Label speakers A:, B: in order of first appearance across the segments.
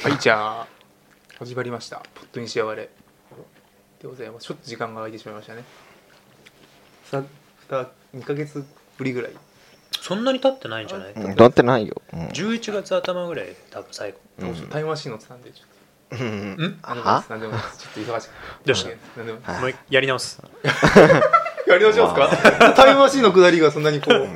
A: はいじゃあ始まりました「ポットにしあわれ」でございますちょっと時間が空いてしまいましたねさ2ヶ月ぶりぐらい
B: そんなに経ってないんじゃない
C: うんなってないよ。うん
B: 11月頭ぐらい多分最後
C: うん
A: タイムマシーン乗ってたんでちょっ
C: うん
B: ん
A: と何でもいい
C: は
A: です何でもいいですちょっと忙しくて
B: どうした
A: 何でもいいです
B: もうやり直す
A: やり直しますかタイムマシーンの下りがそんなにこうお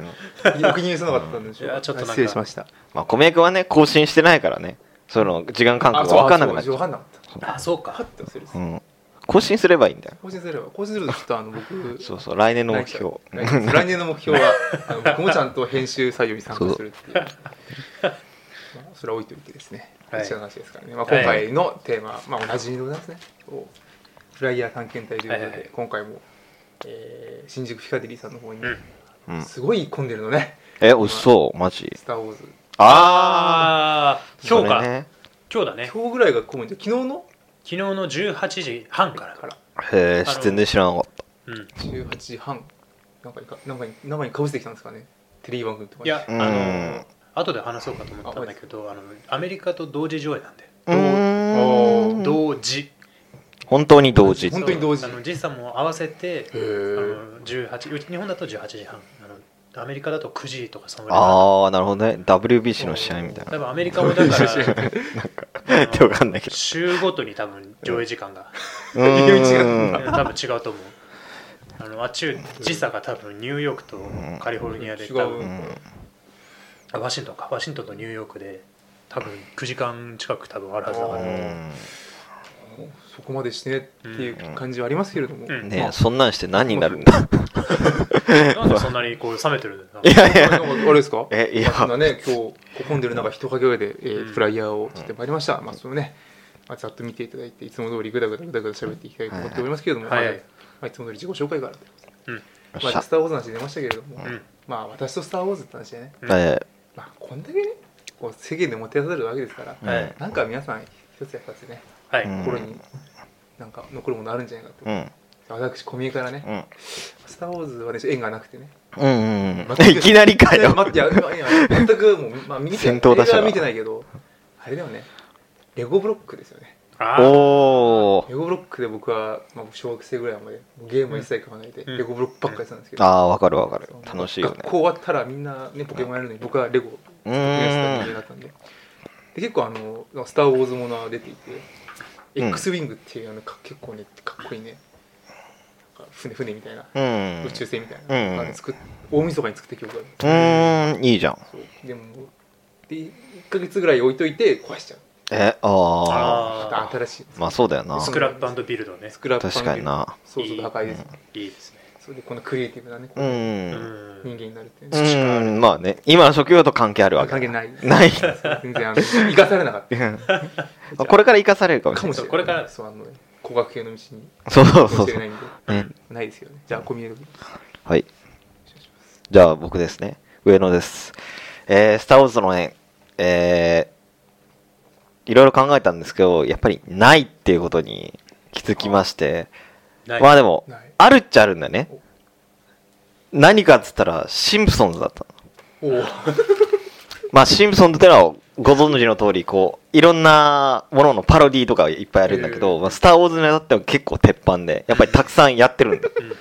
A: 気に入りさなかったんでしょう
B: いやちょっとなんか
A: 失礼しました
C: まあ、小宮君はね、更新してないからね、その時間感覚が分かんなくなっち
A: 分
C: ゃ
A: か
C: うん
A: なかった
B: あそう
A: パッ
B: か
A: て忘れる
C: うん。更新すればいいんだよ。
A: 更新すれば更新するとちょっとあの僕
C: そうそう、来年の目標。
A: 来年来年の目 標はあの僕もちゃんと編集作業に参加するっていうまあそれは置いといてですね、
B: はい
A: 一緒の話ですからね、まあ、今回のテーマ、まあ、おなじみでございますねおフライヤー探検隊ということで、
B: はいはい
A: 今回も、えー新宿フィカデリーさんの方に、
B: うん
C: うん
A: すごい混んでるのね
C: え、おいしそう、マジ
A: 「ス。ター・ウォーズ
C: あ
B: ああ
C: ー
B: 今日か、
C: それね
B: 今日だね」昨
A: 今日ぐらいが混んでる昨日の
B: 日の18時半から
A: から
C: へえ
B: あの、
C: 全然知らなかっ
B: うん
A: 18時半なんかいかなんかに生にかぶせてきたんですかねテレビ番組とか
B: い
A: に
B: やあ
C: うん
B: の後で話そうかと思ったんだけどあのアメリカと同時上映なんで
C: た。うーん
B: 同時
C: 本当に同時。
A: 本当に同時
B: そうあの時差も合わせて
A: へ
B: あ
A: ー
B: の18うち日本だと18時半あのアメリカだと9時とかそのぐらい
C: ああ、なるほどね。WBC の試合みたい
B: 多
C: な。
B: 分アメリカ もだから
C: なんか、わかんないけど。
B: 週ごとに多分上映時間が
C: うーん
A: う
B: 多分違うと思うあのあっちゅう時差が多分ニューヨークとカリフォルニアで多
A: 違う
B: 分あワシントンかワシントンとニューヨークで多分9時間近く多分あるはずだか
C: う
B: ら
C: ん
A: そこまでしてっていう感じはありますけれども、
B: うん
C: ねえ、そんなんして何になるんだ。
B: なんでそんなにこう冷めてるの
C: いやい
A: あ
C: や、
A: なんかあれですか
C: え、い
A: まあそんな
C: や、
A: ね、今日、混んでる中、人影で、えー
B: うん
A: フライヤーをしてまいりました。まあ、そのね、まあ、ざっと見ていただいて、いつも通りぐだぐだぐだぐだ喋っていきたいと思っておりますけれども、
B: はい
A: まあまあ、いつも通り自己紹介からと。
B: うん
C: よっし
A: まあ、
C: ゃ
A: スター・ウォーズの話出ましたけれども、
B: うん
A: まあ、私とスター・ウォーズって話でね、
C: え
A: まあ、こんだけね、こう世間でもてあされるわけですから、
C: ー
B: はい
C: うん
A: なんか皆さん、一つや二つね、
B: はい、
C: うん
A: 心になんか残るものあるんじゃないかと。
C: うん。
A: 私、小宮からね、
C: うん。
A: スター・ウォーズはね、縁がなくてね、
C: うんうん
A: ま
C: う
A: た
C: ん。いきなりか
A: いや
C: よ。
A: まいやいや全くもう、まあ、見て
C: 先頭打
A: 映
C: 者が
A: 画は見てないけどあれだよねレゴブロックですよね
B: あー
C: おお。
A: レゴブロックで僕は、まあ、小学生ぐらいまでゲームは一切買わないで、
B: うん
A: レゴブロックばっかりやってたんですけど、
C: ああー、わかるわかる
A: そう。
C: 楽しいよね
A: 学。校終わったらみんな、ね、ポケモンやるのに僕はレゴを
C: う
A: やってた人間
C: ーん。
A: だったんでで結構あの「スター・ウォーズ」ものは出ていて、
C: うん
A: X ウィングっていうあのか結構ねかっこいいねなんか船船みたいな、
C: うん。
A: 宇宙船みたい
C: うん
A: な、あれ作っ大晦日に作った記憶がある
C: うーん、いいじゃん。
A: そうでもで1ヶ月ぐらい置いといて壊しちゃう
C: え、ああ。
A: ま
B: あ
A: た
B: ー
A: 新しい
C: まあそうだよな
B: ス。クラップアンドビルドね
A: スクラップ
C: 確かにな。
A: そうそう破壊です、
B: いいですね
A: それでこのクリエイティブなね、
C: う。
B: うん
A: 人
B: ん
A: 間になるっていう
C: う
A: ね、
C: ん、まあね。今の職業と関係あるわけ。
A: 関係ない
C: ない。
A: 全然あの生かされなかっ
C: うんまあ これから生かされるかも
A: た
C: し
A: かも
C: れ
A: し
C: な
A: れない
B: これから
A: そうあの、ね、工学系の道に
C: い。そうそ
A: か
C: うそ
A: も
C: う
A: し
C: そ
A: れな
C: う。
A: いんで
C: うん。
A: ないですよねじゃあ小宮君
C: はい。じゃあ僕ですね。上野です。えー、スター・ウォーズのね、えー、いろいろ考えたんですけど、やっぱりないっていうことに気づきまして、
B: ない
C: まあでも
A: ない、
C: あるっちゃあるんだよね。何かっつったら、シンプソンズだったの。
A: おお
C: まあ、シンプソンズってのはご存知の通り、こう、いろんなもののパロディーとかいっぱいあるんだけど、まあ、スター・ウォーズにあっては結構鉄板で、やっぱりたくさんやっ てるんだ。
B: うんうん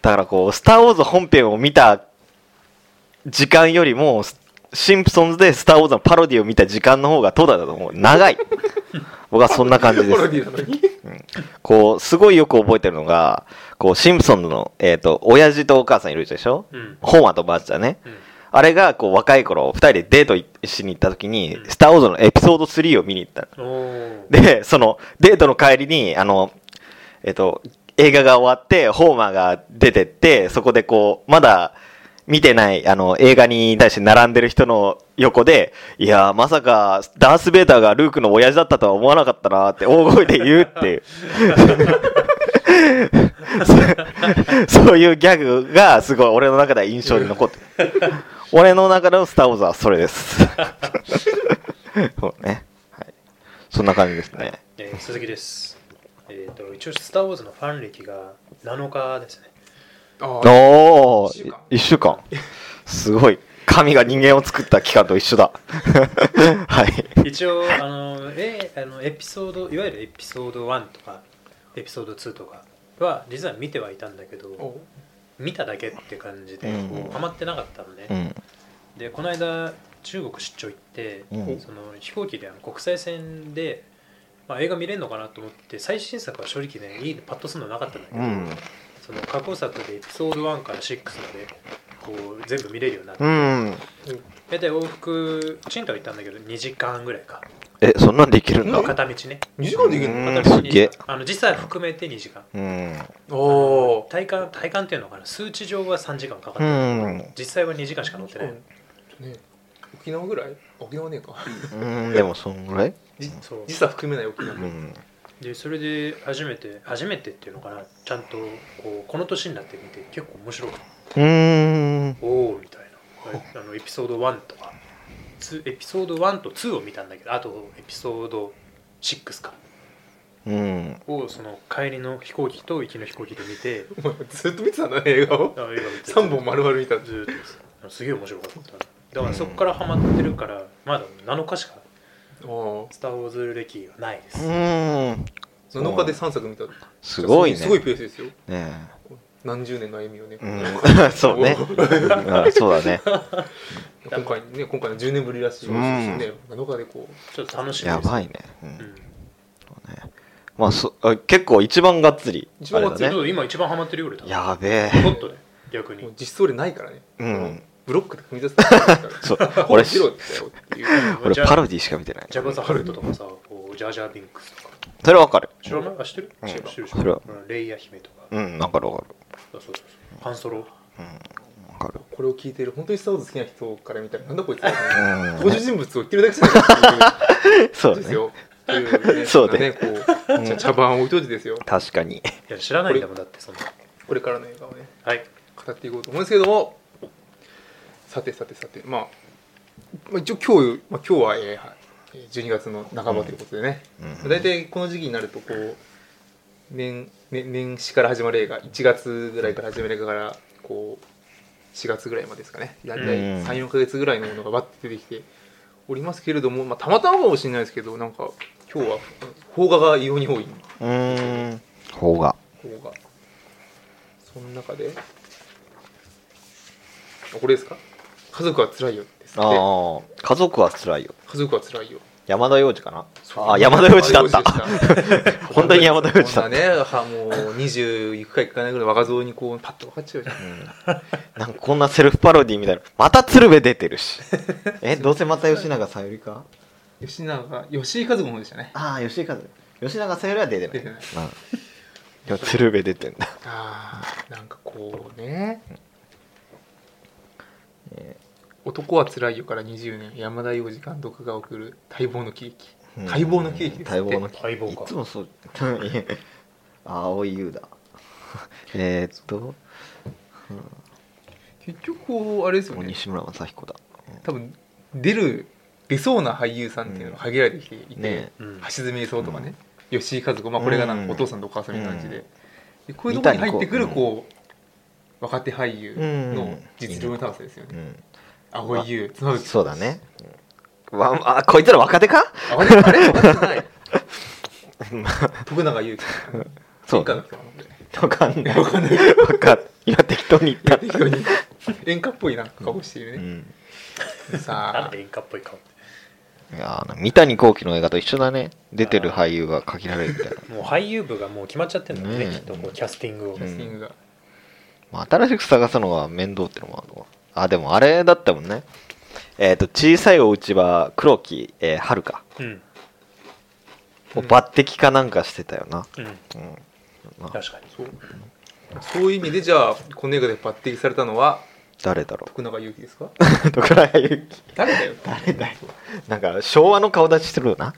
C: だからこう、スター・ウォーズ本編を見た時間よりも、スシンプソンズでスター・ウォーズのパロディを見た時間の方が、トダだと思う。長い。僕はそんな感じで
A: パ ロ
C: す。
A: ディなのに
C: こう、すごいよく覚えてるのが、こう、シンプソンズの、えっ、と、親父とお母さんいるでしょ、
B: うんうん
C: ホーマーとバーチだね。
B: うん
C: あれが、こう、若い頃、二人でデートしに行った時に、
B: うん
C: スター・ウォーズのエピソード3を見に行ったの。
B: おお
C: で、その、デートの帰りに、あの、えっと、映画が終わって、ホーマーが出てって、そこでこう、まだ見てない、あの、映画に対して並んでる人の横で、いやー、まさか、ダース・ベーターがルークの親父だったとは思わなかったなーって大声で言うっていう。 そそういうギャグが、すごい俺の中では印象に残ってる。俺の中のスター・ウォーズはそれです。 そうね。はい。そんな感じですね。
B: えー鈴木です。えっ、と、一応、スター・ウォーズのファン歴が7日ですね。
A: あー
C: おお
A: 一週間
C: 1週間すごい神が人間を作った期間と一緒 だ。はい。
B: 一応あの、えあのエピソードいわゆるエピソード1とかエピソード2とかは実は見てはいたんだけど
A: お
B: 見ただけって感じで
C: うん
B: ハマってなかったのね、
C: うん。
B: でこの間中国出張行って、
C: うん
B: その飛行機であの国際線で、まあ、映画見れるのかなと思って最新作は正直ねいいのパッとするのなかったんだけ
C: う
B: ど、
C: ん。
B: その過去作でエピソード1から6までこう全部見れるようになって、
C: うん。
B: 大体往復チンとは行ったんだけど2時間ぐらいか
C: え、そんなんできるんだ
A: うん
B: 片道ね
A: 2時間でいける
C: うん
A: の
B: 片道
C: すげえ
B: あの実際含めて2時間
C: うん。
A: おー
B: 体感体感っていうのかな数値上は3時間かかった、
C: うん。
B: 実際は2時間しか乗ってない、
A: ね沖縄ぐらい沖縄ねえか
C: うん、でもそんぐらい
A: じ
B: そう
A: 時差含めない沖
C: う
A: 縄
C: ん。
B: でそれで初めて初めてっていうのかなちゃんとこうこの年になってみて結構面白くて
C: うん。
B: おおみたいなあのエピソード1とかツーエピソード1と2を見たんだけどあとエピソード6か
C: うん。
B: をその帰りの飛行機と行きの飛行機で見て
A: お前ずっと見てたんだね映 画を
B: あ映画見て
A: 3本丸々見たんだ
B: ずーっとですあのすげえ面白かっただからそこからハマってるからまだ7日しか
A: おー
B: スター・ウォーズ歴がないです、
C: うん。
A: 7日で3作見た
C: すごいね。
A: すごいペースですよ
C: ね
A: 何十年の歩みをね、
C: うん。 そうね。うんそうだね。
A: 今回ね今回の10年ぶりらしいですね、7日でこ
B: ちょっと楽しみです
C: やばいね。う。
B: うんん
C: まあ、そあ結構一番がっつり。
A: 一
C: あ
A: 番
C: れ
A: が
B: あ
A: っ
C: だ
A: つり
B: 全
C: ね。
B: 部今一番ハマってるよ俺多分
C: やべえ。
B: ちょっとね逆
A: うもう
B: に
A: 実装例ないからね、
C: うん
A: ブロックで組み出すってことですから
C: そう。俺、
A: ゼロだよっていう
C: 俺
B: ジャ
C: パロディしか見てない。
B: ジャバザ・ハルトとかさこうジャージャー・ビンクスとか
C: それわかる。
B: 知らないあ知ってる
C: うん
B: 知ってる知っ
C: そ
B: て
C: れ
B: る
C: は
B: うんレイヤ姫とか
C: うん、わかるわかる。
B: そうそうそうハンソロ
C: うん、わかる。
A: これを聞いてる本当にスター・ウォーズ好きな人から見たらなんだこいつは
C: うん
A: 登場人物を言ってるだけじゃないってい
C: そ
A: う
C: う
A: で
C: だ
A: す
C: ね。
A: よというね
C: そうね
A: こうじゃあ茶番を置いといてですよ
C: 確かに。
B: いや知らないんだもんだってそんな
A: これからの映画をね
B: はい
A: 語っていこうと思うんですけどもさてさてさてまあまあ一応今日、まあ、今日は、えーはえー12月の半ばということでね、
C: うん
A: まあ大体この時期になるとこう年年年始から始まる映画1月ぐらいから始める映画からこう4月ぐらいまでですかね大体
C: うん
A: 34か月ぐらいのものがバッて出てきておりますけれども、まあ、たまたまかもしれないですけどなんか今日は邦画が異様に多い。
C: うーん。方が。
A: ここがその中であこれですか「家族はつらいよ」ですって
C: ああ、家族は辛いよ。
A: 家族はつらいよ
C: 山田洋次かなあ、山田洋次だった。本当に山田洋次
A: こ
C: だ
A: ん
C: っ
A: なねはもう20いくかいかないぐらい若造にこうパッと分かっちゃうじゃん
C: た。うん なんかこんなセルフパロディみたいな。また鶴瓶出てるし。 え、どうせまた吉永さゆりか
A: 吉永吉井和子の方でしたね
C: ああ、吉井和也吉永さゆりは出てない。
A: 出てない
C: うん。いや、鶴瓶出てんだ。
A: あーなんかこうね男はつらいよから20年山田洋次監督が送る待望の喜劇
C: うん
A: 待望の喜劇ですって
C: 待望の喜
B: 待望
C: い
B: か
C: つもそう いえ青い 優だえーっと
A: 結局こうあれですよね
C: 西村雅彦だ
A: 多分出る出そうな俳優さんっていうのが限られてきていて、
C: ね
B: うん
A: 橋爪功とかね、吉井和子、まあ、これがなん
C: うん
A: かお父さんとお母さんみたいな感じで,、でこういうところに入ってくる
C: 三谷幸
A: こう、若手俳優
C: う
A: の
C: ん
A: 実力の高さですよね、
C: うん
A: 青井優妻夫木
C: そうだねうんわあこいつら若手か
A: あれあれ分かって ない徳永祐希
C: そう
A: 演歌の人なので
C: わかんない
A: わかんない
C: わかん今適当に言った
A: 非常に演歌っぽいなんか顔していうるね、
C: ん
B: なん
A: さあ
B: で演歌っぽい顔って
C: いやー三谷幸喜の映画と一緒だね出てる俳優が限られるみたいな
B: もう俳優部がもう決まっちゃってるんだよね
C: ねえ
B: きっとこうキャスティングを
A: キャスティングが、
C: まあ、新しく探すのは面倒ってのもあるのかあでもあれだったもんねえっ、と小さいお家は黒木、えー、春か
B: うん
C: を抜擢かなんかしてたよな、
B: うん
C: うんまあ、
B: 確かに
A: そうそういう意味でじゃあこの映画で抜擢されたのは
C: 誰だろ
A: 徳永祐希ですか
C: う 徳永ゆき
A: 誰だよ
C: 誰だよなんか昭和の顔立ちしてるよな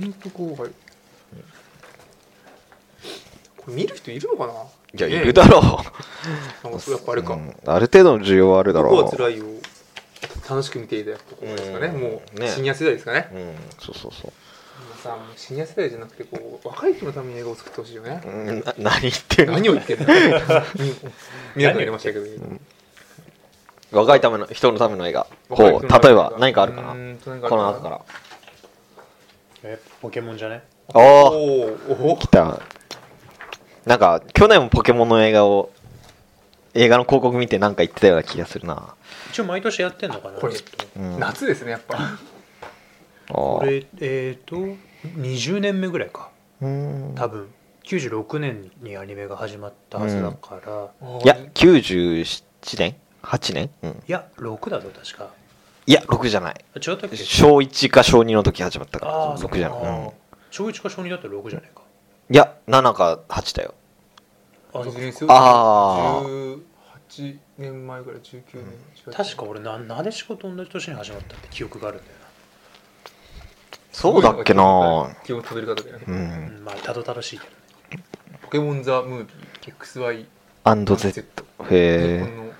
A: 本当こうはい。これ見る人いるのかな。
C: いやい
A: ねえ
C: る。だろ
A: なん
C: う
A: かそうやっぱあれか。
C: う
A: こ
C: んある程度の需要はあるだろう
A: こは辛いよ。楽しく見ていただくところですかね。
C: うん
A: もう
C: ね
A: シニア世代ですかね。
C: うんそうそうそう
A: 皆さんシニア世代じゃなくてこう若い人のために映画を作ってほしいよね。
C: うんな何言ってんの
A: 何を言ってんだ。見なくなりましたけど。
C: 若いための人のための映画
A: 若い人
C: ほ
A: の
C: う
A: ための
C: 例え
A: 映画
C: ば何かあるか
A: うー
C: なん
A: と何かあるかな
C: この後から
B: えポケモンじゃね
C: おお
A: おーお
C: 来たなんか去年もポケモンの映画を映画の広告見てなんか言ってたような気がするな
B: 一応毎年やってんのかな
A: これ
B: えっと
C: うん
A: 夏ですねやっぱ
C: あ
B: こ
C: ー
B: れえっ、と20年目ぐらいか
C: うん
B: 多分96年にアニメが始まったはずだから、
C: いや97年8年、うん、
B: いや6だぞ確か
C: いや6じゃない
B: あ違ったっけ
C: 小1か小2の時始まったから
B: ああ
C: 6じゃない、うん
B: 小1か小2だったら6じゃないか
C: いや7か8だよ
B: あ
A: 卒業する
C: あ
A: 18年前ぐらい19年18年
B: 確か俺ななでしこと同じ年に始まったって記憶があるんだよ
C: そうだっけな
A: 基本食べる方だよね、
C: うん
B: な、うん、まあたどたどしいけどね
A: ポケモンザムービー XY
C: アンド Z
A: 日
C: へ
A: 本の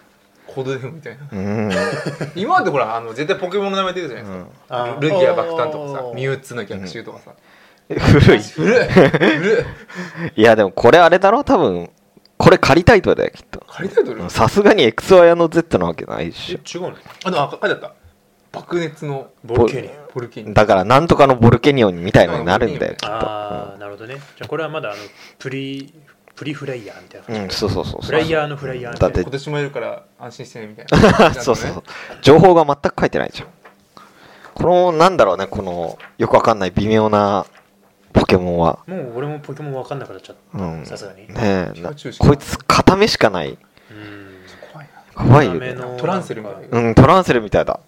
A: コードネームみたいな
C: えうん
A: 今までほらあの絶対ポケモンの名前出るじゃないですか、
B: あー
A: ルルギア爆誕とかさ
B: おー
A: ミュウツーの逆襲とかさ、
C: 古い
A: 古い古い
C: いやでもこれあれだろ多分これ仮タイトルだよきっと
A: 仮タイトル
C: さすがに XY の Z なわけないっ
B: え
C: し
B: 違うの
A: あのあ書いてあった爆熱の
B: ボルケニア
A: ボルケニ
C: ょ
A: ア
C: だからなんとかのボルケニオンみたいのになるんだよきっ
B: あ
C: と
B: あなるほどねじゃあこれはまだあのプリプリフライヤーみたいな
C: う
B: 感
C: ん、
B: じ、
C: うん、そうそうそうそう
B: フライヤーのフライヤーみた
C: だ
B: い
C: っ
B: な
C: て
A: 今年もいるから安心してねみたいな感じなんだね
C: そうそうそう情報が全く書いてないじゃんこのなんだろうねこのよくわかんない微妙なポケモンは
B: もう俺もポケモン分かんなくなっちゃっ
C: うん
B: たさすがに
C: ねえ
A: ピ
C: な
A: カチュウしか
C: こいつ片目しかない
B: うん
A: 怖いな
C: 怖いよね
B: 片目の
A: トランセルみたいな
C: うんトランセルみたいだ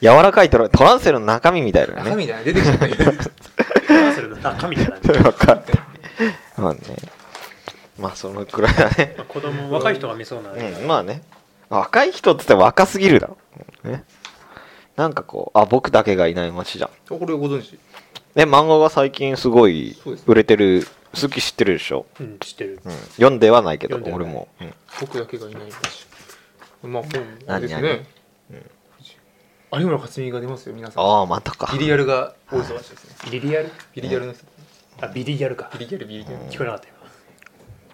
C: 柔らかいトラントランセルの中身みたいだ
A: 中
C: よね
A: 身じゃない出てきたけど
B: トランセルの中身じゃ ない
C: わかんないまあねまあそのくらいだね
B: まあ子供若い人が見そうな、
C: うん、まあね若い人っつっても若すぎるだろ、ね、なんかこうあ僕だけがいない街じゃん
A: これご存知
C: ね漫画が最近すごい
A: そうです
C: 売れてる好き知ってるでしょ、
B: うん、知ってる、
C: うん、読んではないけど
B: 読んでは
C: 俺
B: ない
C: も、うん
A: 僕だけがいないんだしまあ本
C: 何
A: です
C: 何
A: ね有村架純が出ますよ皆さん
C: ああまたか
A: ビリヤルが大忙しいですね
B: ビリヤル
A: ビリヤルの人
B: あビリヤルか
A: ビリヤルビリヤル
B: 聞こえなかった今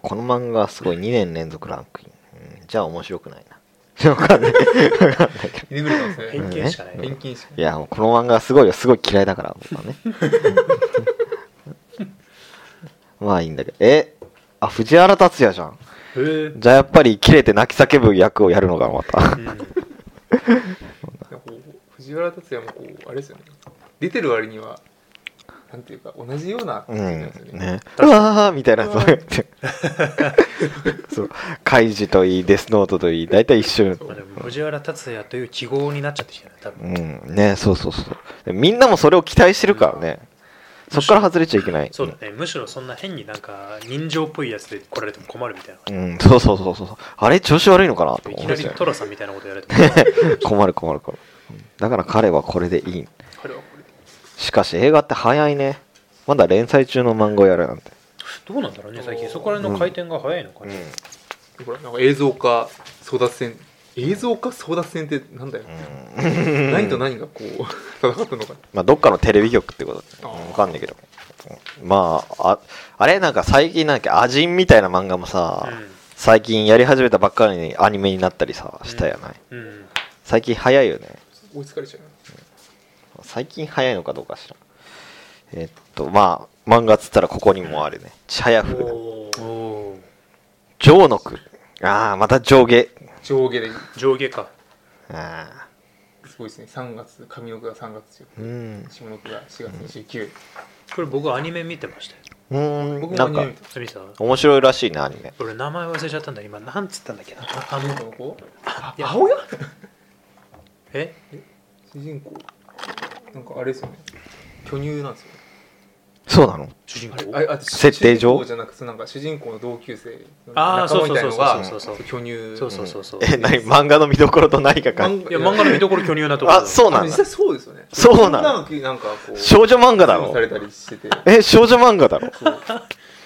C: この漫画はすごい2年連続ランクイン、うんじゃあ面白くないな わかんない
A: 出てくるかもしれない
B: 偏見しかない、
A: 偏見しか
C: いやもうこの漫画はすごいよすごい嫌いだから僕はね まあいいんだけどえあ藤原竜也じゃん
B: へー
C: じゃあやっぱり切れて泣き叫ぶ役をやるのがまた
A: なんかこう藤原竜也もこうあれですよね出てる割にはなんていうか同じような
C: う
A: 感
C: ん
A: じなんですよね,、
C: ねうわーみたいな
A: う
C: そ
A: わ
C: う やってそうカイジといいデスノートといい大体一緒
B: まあ、でも藤原竜也という記号になっちゃってきたね多分、
C: うんねそうそうそうでみんなもそれを期待してるからねそっから外れちゃいけない
B: そうだねむしろそんな変になんか人情っぽいやつで来られても困るみたいな
C: うん、そうそうそうそうそうあれ調子悪いのかなと
B: い
C: 思
B: き
C: っ
B: な
C: て
B: りトラさんみたいなことやられても
C: 困る困る困るうんだから彼はこれでいい
A: これはこれで
C: しかし映画って早いねまだ連載中の漫画をやるなんて
B: どうなんだろうね最近そこら辺の回転が早いのか
C: うん
B: ね、
A: ほらなんか映像化争奪戦映像化争奪戦ってなんだよ、何と何がこう 戦ったのか
C: まあ、どっかのテレビ局ってこと
A: あー
C: わかんないけど。まあ、ああれなんか最近なんか、アジンみたいな漫画もさ、最近やり始めたばっかりにアニメになったりさ、したやない、
B: うん、うん、
C: 最近早いよね。
A: 追いつかれちゃうな
C: 最近早いのかどうかしらん。えっと、まあ、漫画っつったらここにもあるね。ちはや
B: お
C: ふ。
B: お
C: 上の句。ああ、また上下。
A: 上下で
B: 上下か
C: あ
A: すごいですね3月上の句が3月
C: ーうん。
A: 下の句が4月29、
B: これ僕アニメ見てましたよ
C: うーん、
A: 僕
C: な
A: も
C: ん
A: ね
C: か、
B: 見てた
C: 面白いらしいね、アニメ。
B: 俺名前忘れちゃったんだ今なんつったんだっけなああ
A: 女
B: の
A: の子
B: あいや
A: 母親
B: え
A: 主人公なんかあれですよね巨乳なんですよね
C: そうなの
B: 主人
A: あ
B: 公
A: れああ
C: 設定
A: 主
C: 上
A: 人公じゃなくてなんか主人公の同級生の
B: あー
A: 仲間みたいなのが
B: そうそうそうそう
A: 巨乳
B: そうそうそうそう
C: え、何漫画の見どころと何かか
A: 漫画
B: いや漫画の見どころ巨乳なところ
C: あ、そう
A: あ
C: な
A: の
C: ん
A: 実
C: だ
A: 際。そうですよね
C: そうな
A: の
C: の
A: なんかこう
C: 少女漫画
A: ゲ
C: だ
A: ーム
C: ろ
A: されたりしてて
C: え少女漫 画だろ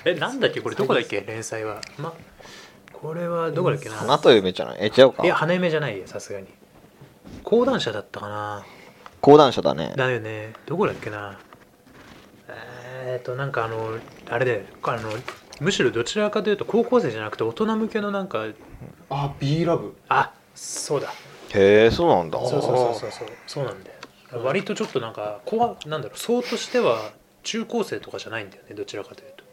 B: えなんだっけこれどこだっけ連載はまこれはどこだっけな
C: 花と夢じゃないえ違う
B: いや
C: か
B: 花嫁じゃないよさすがに講談社だったかな
C: 講談社だね
B: だよねどこだっけなえー、っとなんかあのあれであのむしろどちらかというと高校生じゃなくて大人向けのなんか
A: あ B ラブ
B: あそうだ
C: へえそうなんだ
B: そうそうそうそうそうそうなんだよ割とちょっとなんか怖なんだろう層としては中高生とかじゃないんだよねどちらかというと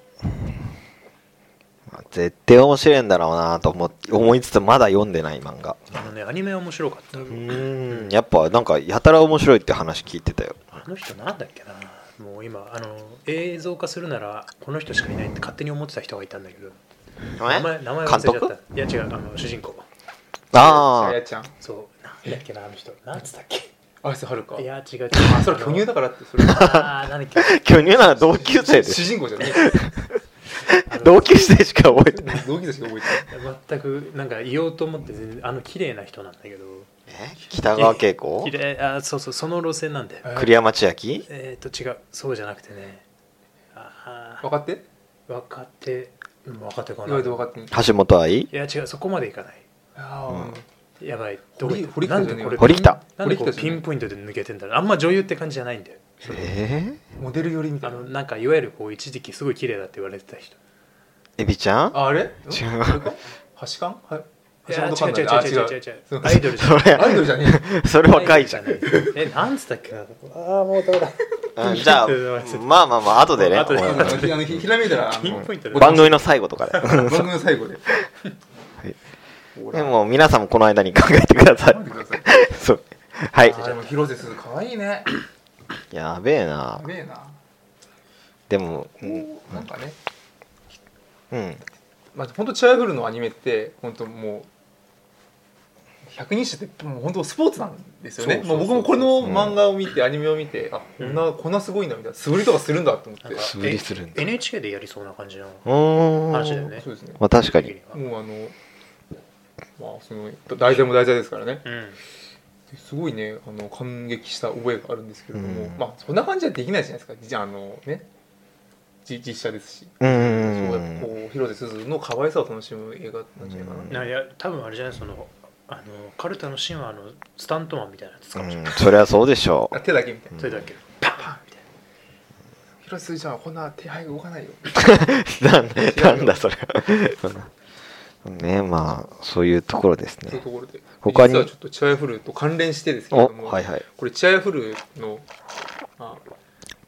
C: まあ絶対面白いんだろうなと思って思いつつまだ読んでない漫画
B: あのねアニメは面白かった
C: うーんやっぱなんかやたら面白いって話聞いてたよ
B: あの人なんだっけなもう今あの映像化するならこの人しかいないって勝手に思ってた人がいたんだけど名前名前忘れちゃっ
C: 監督
B: たいや違うあの主人公
C: あ
A: さや
C: あ
A: ちゃん
B: そうなんだっけなあの人なんつったっけ
A: 綾瀬はるか
B: いや違う違う
A: あそれ巨乳だからってそれ
B: ああ何だっけ
C: 巨乳なら同級生で
A: 主
C: す
A: 人公じゃない
B: あの
C: 同級生しか覚えてない
A: 同期だしか覚えて
B: 全くなんか言おうと思って全然あの綺麗な人なんだけど
C: え北川景 子
B: 綺麗あそうそうその路線なんだよ
A: ない
C: 栗山千明
B: えっ、と違うそうじゃなくてねあ
A: 分かって
B: あ若手うん若手かな
A: 意外と分かってない
C: 橋本愛
B: いや違うそこまでいかない
A: あ
B: やばいどこ
A: 堀
B: 行っ
A: 堀
B: たな
A: 北
B: ん
A: じゃね
B: でこれ
A: え
C: 堀北
B: なんでこう
A: 堀北じゃ
B: ピ
A: ない
B: ンポイントで抜けてんだろうあんま女優って感じじゃないんだよ
C: え
A: モデル寄りみた
B: あ
A: いな
B: のなんかいわゆるこう一時期すごい綺麗だって言われてた人
C: ーエビちゃん
A: ああれ 違う
C: 違う
A: 橋勘はい
B: いや
A: 橋
B: 違
A: 本
B: う
A: 環
B: 違う
A: 奈
B: 違う
A: あ
B: 違う違
A: すいうま
B: ア
A: せん
B: イドルじゃ
C: そ
B: ない
A: アイド
C: れ
A: ルじゃねえ
C: それ若いじゃん
B: アイドルじゃないえなんつったっけなああもうダメだ
C: うんじゃあまあまあまあ後でね
B: 後で
C: うん
A: あのあのひひらめいたらあ
B: ピン
A: の
B: ポイントで
C: 番組の最後とかで
A: 番組の最後で ほら
C: でも皆さんもこの間に考えてください
A: 待ってください
C: そうはい
A: あでも広瀬すず可愛いね
C: やべえな
A: やべえな
C: でもうん
A: こうなんかね
C: うん
A: まあ本当チャイフルのアニメって本当もう百人してってもう本当スポーツなんですよね
B: そうそうそう
A: まあ僕もこの漫画を見て、アニメを見てあこんなこんなすごいんだみたいな素振りとかするんだと思って
B: なんか
C: 素振りするんだ
B: え NHK でやりそうな感じの
C: うーん
B: 話だよね
A: そうですね
C: まあ確かに
A: もうあのまあその題材も題材ですからね
B: うん
A: すごいねあの感激した覚えがあるんですけれども、
C: うん
A: まあそんな感じはできないじゃないですかじゃああのねじ実写ですし、
C: う
A: そう
C: ー
A: やっ
C: ん
A: ぱこう広瀬すずの可愛さを楽しむ映画なんじゃないかな、
C: うん
B: ないや多分あれじゃないそのあのカルタのシーンはあのスタントマンみたいなやつ使うじゃん、
C: うんそりゃそうでしょ
A: あ手だけみたいな
B: それだけパンパンみたい
A: 広瀬すずちゃんはこんな手配が動かないよ
C: う なんなんだそれはねまあそういうところです
A: そういう
C: ね
A: ところで
C: 他に
A: 実はちょっとチアヤフルと関連してですけれ
C: お
A: ども、
C: はいはい
A: これチアヤフルの、まあ、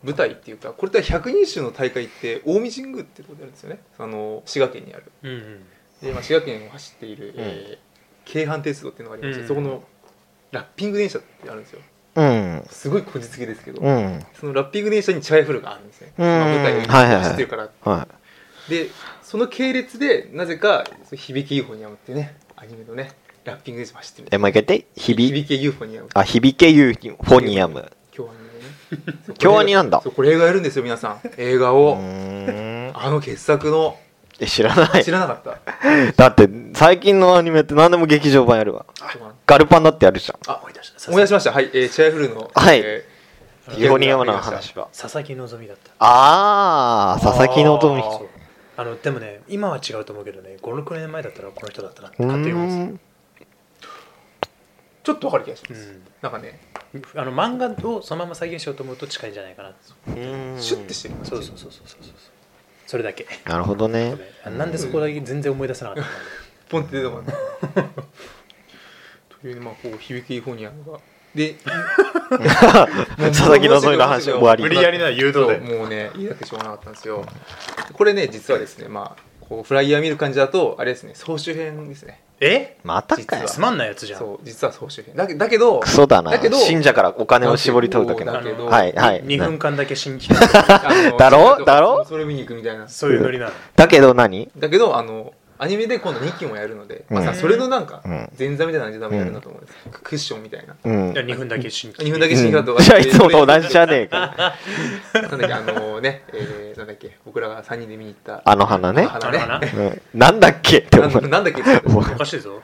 A: 舞台っていうかこれって百人衆の大会って近江神宮ってところであるんですよねあの滋賀県にある
B: なうんうん
A: で、まあ、滋賀県を走っている、えー京阪鉄道っていうのがありまして、
B: うん
A: そこのラッピング電車ってあるんですよ
C: うん
A: すごいこじつけですけど、
C: うん
A: そのラッピング電車にチャイフルがあるんですね、
C: うん
A: まあ舞台
C: はいはいはい
A: 走ってるから、
C: は
A: でその系列でなぜか「そう響きユーフォニアム」っていうねアニメのねラッピング電車走ってる
C: いえもう一回言って響
A: 響きユーフォニアム
C: あ響けユーフォニアム
A: 京ア ニでねそう
C: 京アニなんだ
A: そうこれ映画やるんですよ皆さん映画
C: う
A: を、
C: ーん
A: あの傑作の
C: え知らない
A: 知らなかった、
C: だって最近のアニメって何でも劇場版やるわ
A: そうなん
C: ガルパンだってやるじゃん
B: あ思い出した佐
A: 思い出
B: 々
A: しましたはい、えーチャイフルの、
C: はい
A: え
C: フィゴニアムの話は
B: 佐々木希だった
C: ああ佐々木
A: あ
C: 希
A: ー
B: そうあのでもね今は違うと思うけどね56年前だったらこの人だったなって
C: う
B: 勝手に思って
C: ーん
A: ーちょっとわかる気がしま
B: た
A: す、
B: う
A: なんかね
B: んあの漫画をそのまま再現しようと思うと近いんじゃないかな
C: うーん
A: シュッてしてる
B: そうそうそうそうそうそうそれだけ
C: なるほどね
B: ごめんあなんでそこだけ全然思い出せなかったんだろ
A: ポンって出たもんねというねまあこう響きフォニアムがで
C: 佐々木希の話終わり無理
B: やりな誘導で
A: そうもうね言い訳しょうがなかったんですよこれね実はですねまあこうフライヤー見る感じだとあれですね総集編ですね
B: うえ
C: またかよ
A: 実
B: つまんないやつじゃん
A: そう実は総集編だけだけど
C: クソだな
A: だけど
C: 信者からお金を絞り取るだけ
A: だ
C: な
A: けど
C: はいはい
B: 2分
C: な
B: 間だけ新規
A: あの
C: だろだろ
A: それ見に行くみたいな
B: そういうノリなの
C: だけど何
A: だけどあのアニメで今度2期もやるので、まあさ
C: うん
A: それのなんか
C: うん
A: 前座みたいな感じで多分やるんだと思うんです、クッションみたいな
C: うん
B: じゃあ2分だけ新規
A: 2分だけ新刊と
C: うんじゃあいつもと同じじゃねえか
A: なんだっけあのね、えー、なんだっけ僕らが3人で見に行った
C: あの花ね
A: あの
B: あ
A: ね
B: のな
C: うんなんだっけって
A: な
C: 思
A: ん
C: う
A: なんだっけって言ったんです
C: お
A: か
B: おかしいぞ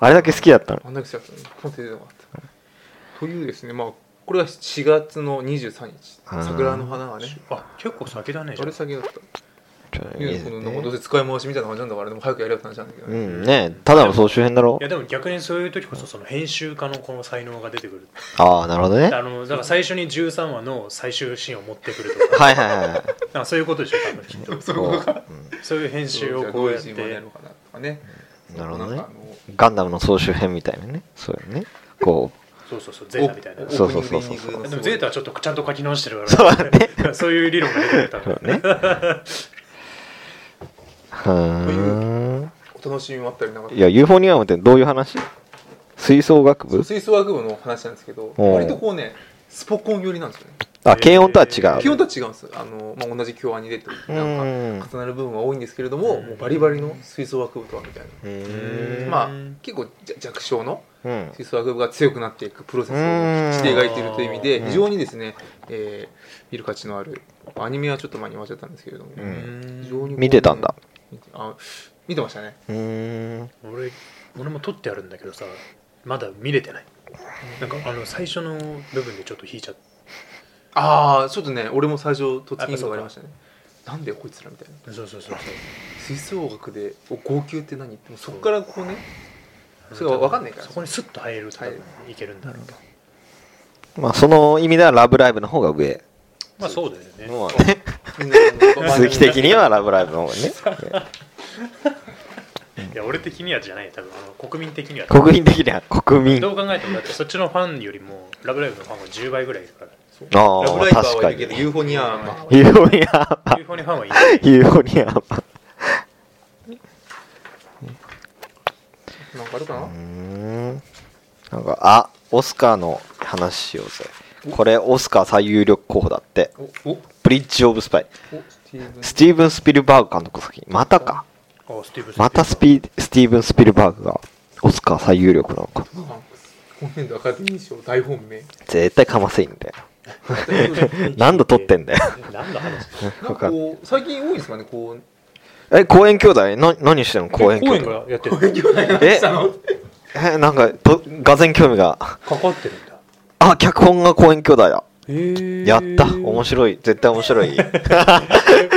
C: あれだけ好きだったの
A: あんだけ好きだったのに本当に出てこなかったというですねまあこれは4月の23日
C: うん
A: 桜の花がね
B: あ結構先だね
A: あ
B: じゃ
A: れ
B: あ
A: 先だった
C: ちょ
A: い
C: いいで
A: や
C: す
A: こ
C: ね
A: のなんかどうせ使い回しみたいな感じなんだからでも早くやれよって話なんだけど
C: う
A: ね、
C: んねただの総集編だろ
B: いやでも逆にそういう時こそその編集家のこの才能が出てくる
C: ああなるほどね
B: あのだから最初に13話の最終シーンを持ってくる とか
C: はいはいはい
B: なんかそういうことでしょ多分きっと
A: そういうことか
B: そういう編集を
A: じゃあ
B: こ
A: ど
B: う
A: うい
B: や
A: う
B: って
A: 順番にやるのかなとかね
C: なるほど
A: な
C: ね
A: んかあの
C: ガンダムの総集編みたいなねそうよねこ
B: そうそうそうゼータみたいな
A: オ
C: お
A: ープニング
C: そうそうそうそう
A: エンディングの
B: でもゼータはちょっとちゃんと書き直してる
C: そう
B: か
C: だ
B: ら、 そういう理論が出てた
C: そう
B: か
C: ねうはーん
A: お楽しみもあったりなんか
C: いや UFO ニアムってどういう話吹奏楽部
A: 吹奏楽部の話なんですけど
C: おう
A: 割とこうねスポコン寄りなんですよね
C: あ軽音とは違う、
A: 基本とは違うんですあの、まあ、同じ共和に出てるなん
C: うん
A: か重なる部分は多いんですけれどももうバリバリの吹奏楽部とはみたいな
C: う
B: う
C: ー
B: ん
A: まあ結構じゃ弱小の
C: ん
A: 吹奏楽部が強くなっていくプロセスをして描いているという意味で
C: うん
A: 非常にですね、えー見る価値のあるアニメはちょっと前に終わっちゃったんですけれども、
C: う
B: ら
C: ん
A: 非常にこうね
C: 見てたんだ
A: あ見てましたね
C: うーん
B: 俺俺も撮ってあるんだけどさまだ見れてないなんかあの最初の部分でちょっと引いちゃっ
A: ああちょっとね俺も最初突撃がありましたねなんでこいつらみたいな
B: たそうそうそうそ
A: 吹奏楽でお号泣って何ってもうそこからこ うね
B: う
A: それは分かんないから
B: そこにスッと入ると多分いけるんだろうけど
C: まあその意味では「ラブライブ!」の方が上
B: まあそうだよね
C: のはね
A: みんなあの
C: 鈴木的には「ラブライブ!」の方がね
B: いや俺的にはじゃない多分あの国民的には
C: 国民的には国民
B: どう考えてもだってそっちのファンよりも「ラブライブ!」のファンは10倍ぐらいいるから
C: あ
A: ラブラ
C: あ
A: イバー
C: 確
A: は
C: か
A: いるけど
C: に
A: ユーフォニアマンは
C: UFO ニアム
B: UFO にファンはいない
C: ユーフォニアム
A: なんかあるかな、
C: うーんなんかあオスカーの話しようぜこれオスカー最有力候補だって
A: おおお
C: 「ブリッジ・オブ・スパイ
A: スティーブ」ン
C: スティーブン・スピルバーグ監督の作品またか
B: あスティーブン
C: またスピスティーブン・スピルバーグがオスカー最有力なのか
A: トムハンクス今年度アカデミー賞大本 命
C: 絶対かませんだよ何度撮ってんだよ
B: 何の話
A: なんかこう最近多いですかねこう
C: え公園兄弟な何してんの公園兄弟
B: がやってる
C: ええなんかとがぜ興味が
B: かかってるんだ
C: あ脚本が公園兄弟だ
B: へ
C: やった面白い絶対面白い
B: こ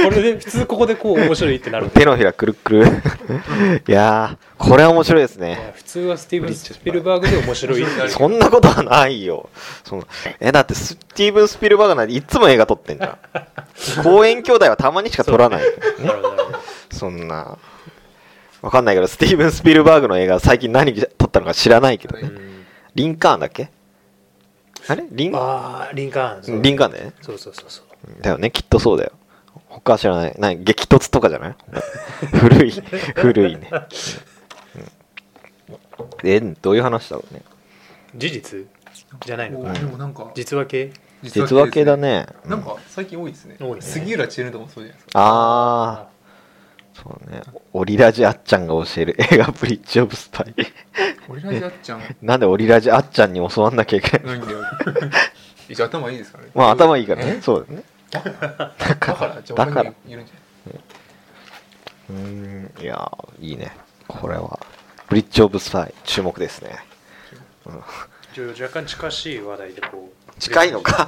B: れで普通ここでこう面白いってなるんだ
C: 手のひらくるっくるいやーこれは面白いです
B: いや
C: ね
B: 普通はスティーブン・スピルバーグで面白いってなる
C: そんなことはないよそのえだってスティーブン・スピルバーグなんていつも映画撮ってんじゃん公園兄弟はたまにしか撮らない
B: なるほどなるほど
C: そんなわかんないけどスティーブン・スピルバーグの映画最近何撮ったのか知らないけど
A: う
C: ね
B: うん
C: リンカーンだっけあれリン
B: ああリンカーンそう
C: リンカーンだよね
B: そうそうそうそう
C: だよねきっとそうだよ他は知らないない激突とかじゃない 古い古いね、うんえどういう話だろうね
B: 事実じゃないの
A: こ
B: か
A: う
B: な
A: でもなんか
B: 実話系
C: 実話系だね
A: ですねなんか最近多いですね
B: 多いね
A: 杉浦千恵とかもそうじゃないですか
C: ああそうねオリラジあっちゃんが教える 映画「ブリッジ・オブ・スパイ」
A: 俺らじゃっちゃん
C: なんでオリラジあっちゃんに教わんなきゃいけない
A: ないんだよ 一応頭いいですからね
C: まあ頭いいからね
A: え
C: そうだね
A: だからじゃあ
C: だから
A: 他にいるんじゃないう
C: ーんいやーいいねこれは「ブリッジ・オブ・スパイ」注目ですね
B: 一応若干近しい話題でこう
C: 近いのか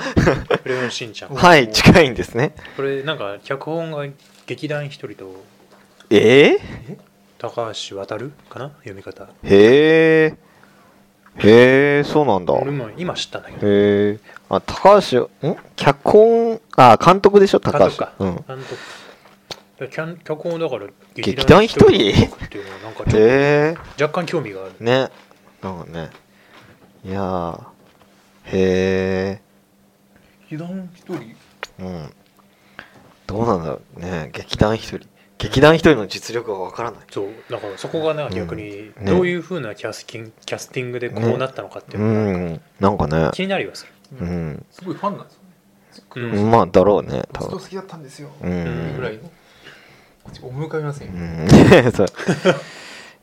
B: クレヨンしんちゃん
C: はい近いんですね
B: これなんか脚本が劇団ひとりと
C: ええ
B: 高橋渡るかな読み方
C: へえ。へえ、そうなんだ。
B: 俺
C: へ
B: も今知ったんだけど
C: え。あ、高橋、ん脚本、あ、監督でしょ、
B: 監
C: 高
B: 督
C: 橋
B: か。
C: う
B: 監
C: ん。
B: 督キャン脚本だから
C: 劇団ひとり
B: っていうのはなんかちょっ
C: へ
B: と若干興味がある
C: え。ね。なんかね。いやー。へ
A: 劇団一人
C: え。うん。どうなんだろうね。劇団一人。劇団一人の実力がわからない。
B: そうだからそこがなんか逆に
C: うんね
B: どういうふうなキャスキンキャスティングでこうなったのかっていううのが
C: ん。なんかね。
B: 気になりはする
C: うん。
A: すごいファンなんですよね
B: うん
C: まあ、だろうね、多
A: ずっと
C: 分
A: 好。きだったんですよ
C: うん
A: ぐらいのこっち思い浮かびませんよ
C: うん そう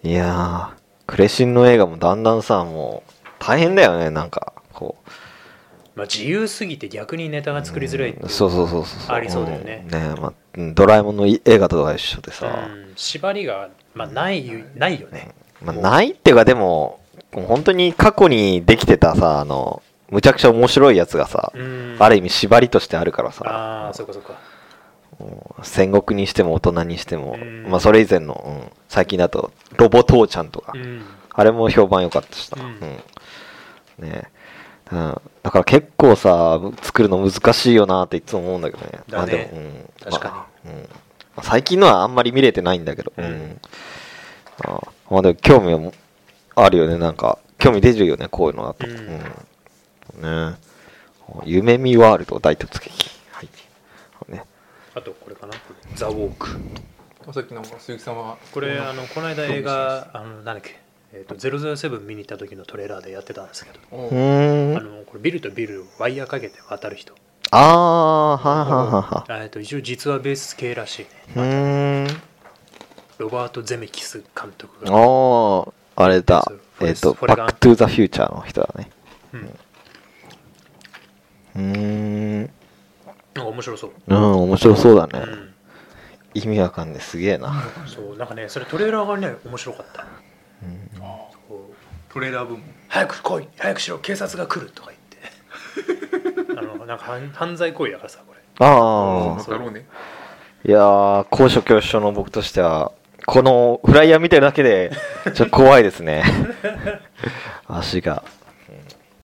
C: いやークレシンの映画もだんだんさもう大変だよねなんかこう
B: まあ自由すぎて逆にネタが作りづらいってい
C: うんそう
B: う
C: そうそうそう
B: ありそうだよね
C: んねまあうんドラえもんのい映画とか一緒でさ、
B: うん縛りがまあないないよね
C: まあ、ないっていうかでももう本当に過去にできてたさあのむちゃくちゃ面白いやつがさ、
B: うん
C: ある意味縛りとしてあるからさ
B: ああそうかそうか
C: もう戦国にしても大人にしても、
B: うん
C: まあ、それ以前の、うん最近だと「ロボ父ちゃん」とか、
B: うん
C: あれも評判良かったしな。
B: う
C: うんん。ねえうん。だから結構さ、作るの難しいよなっていつも思うんだけどね。ま
B: だ
C: あ
B: ね
C: でも、うん。
B: 確か
C: に。うんまあ最近のはあんまり見れてないんだけど。
B: うん
C: うん。あまあでも興味はもあるよね、なんか。興味出るよね、こういうのだと。うん。ね夢見ワールド大突撃。はい。ね。
B: あとこれかなザ・ウォーク
A: さっきの鈴木さんは
B: これあのこの間映
A: そ
B: 画あのなんだっけえー、と007見に行った時のトレーラーでやってたんですけど、
A: おう
C: うー
B: あ
C: ん。
B: のこれビルとビルをワイヤーかけて渡る人
C: ああ、はいはいは
B: えーと一応実はベース系らしいね
C: いはい。うーん。
B: ロバート・ゼメキス監督が、
C: ああ、あれだ
B: そう。フォ
C: え
B: レ
C: っ
B: ス
C: と、
B: フォレ
C: バ
B: ガン
C: ックトゥーザフューチャーの人だね。
B: うん、
C: うーん。
B: なんか面白そう、
C: うん、面白そうだ
B: う
C: ね。
B: ん、
C: 意味わかんねえ、すげえな。
B: そうなんかねそれトレーラーがね面白かったこう
A: トレーラー部門
B: 早く来い早くしろ警察が来るとか言 ってあのなんか犯犯罪行為だからさこれ
C: あ
A: だろうね
C: あ、いやー、高所恐怖症の僕としては、 このフライヤー見てるだけで、ちょっと怖いですね。足が。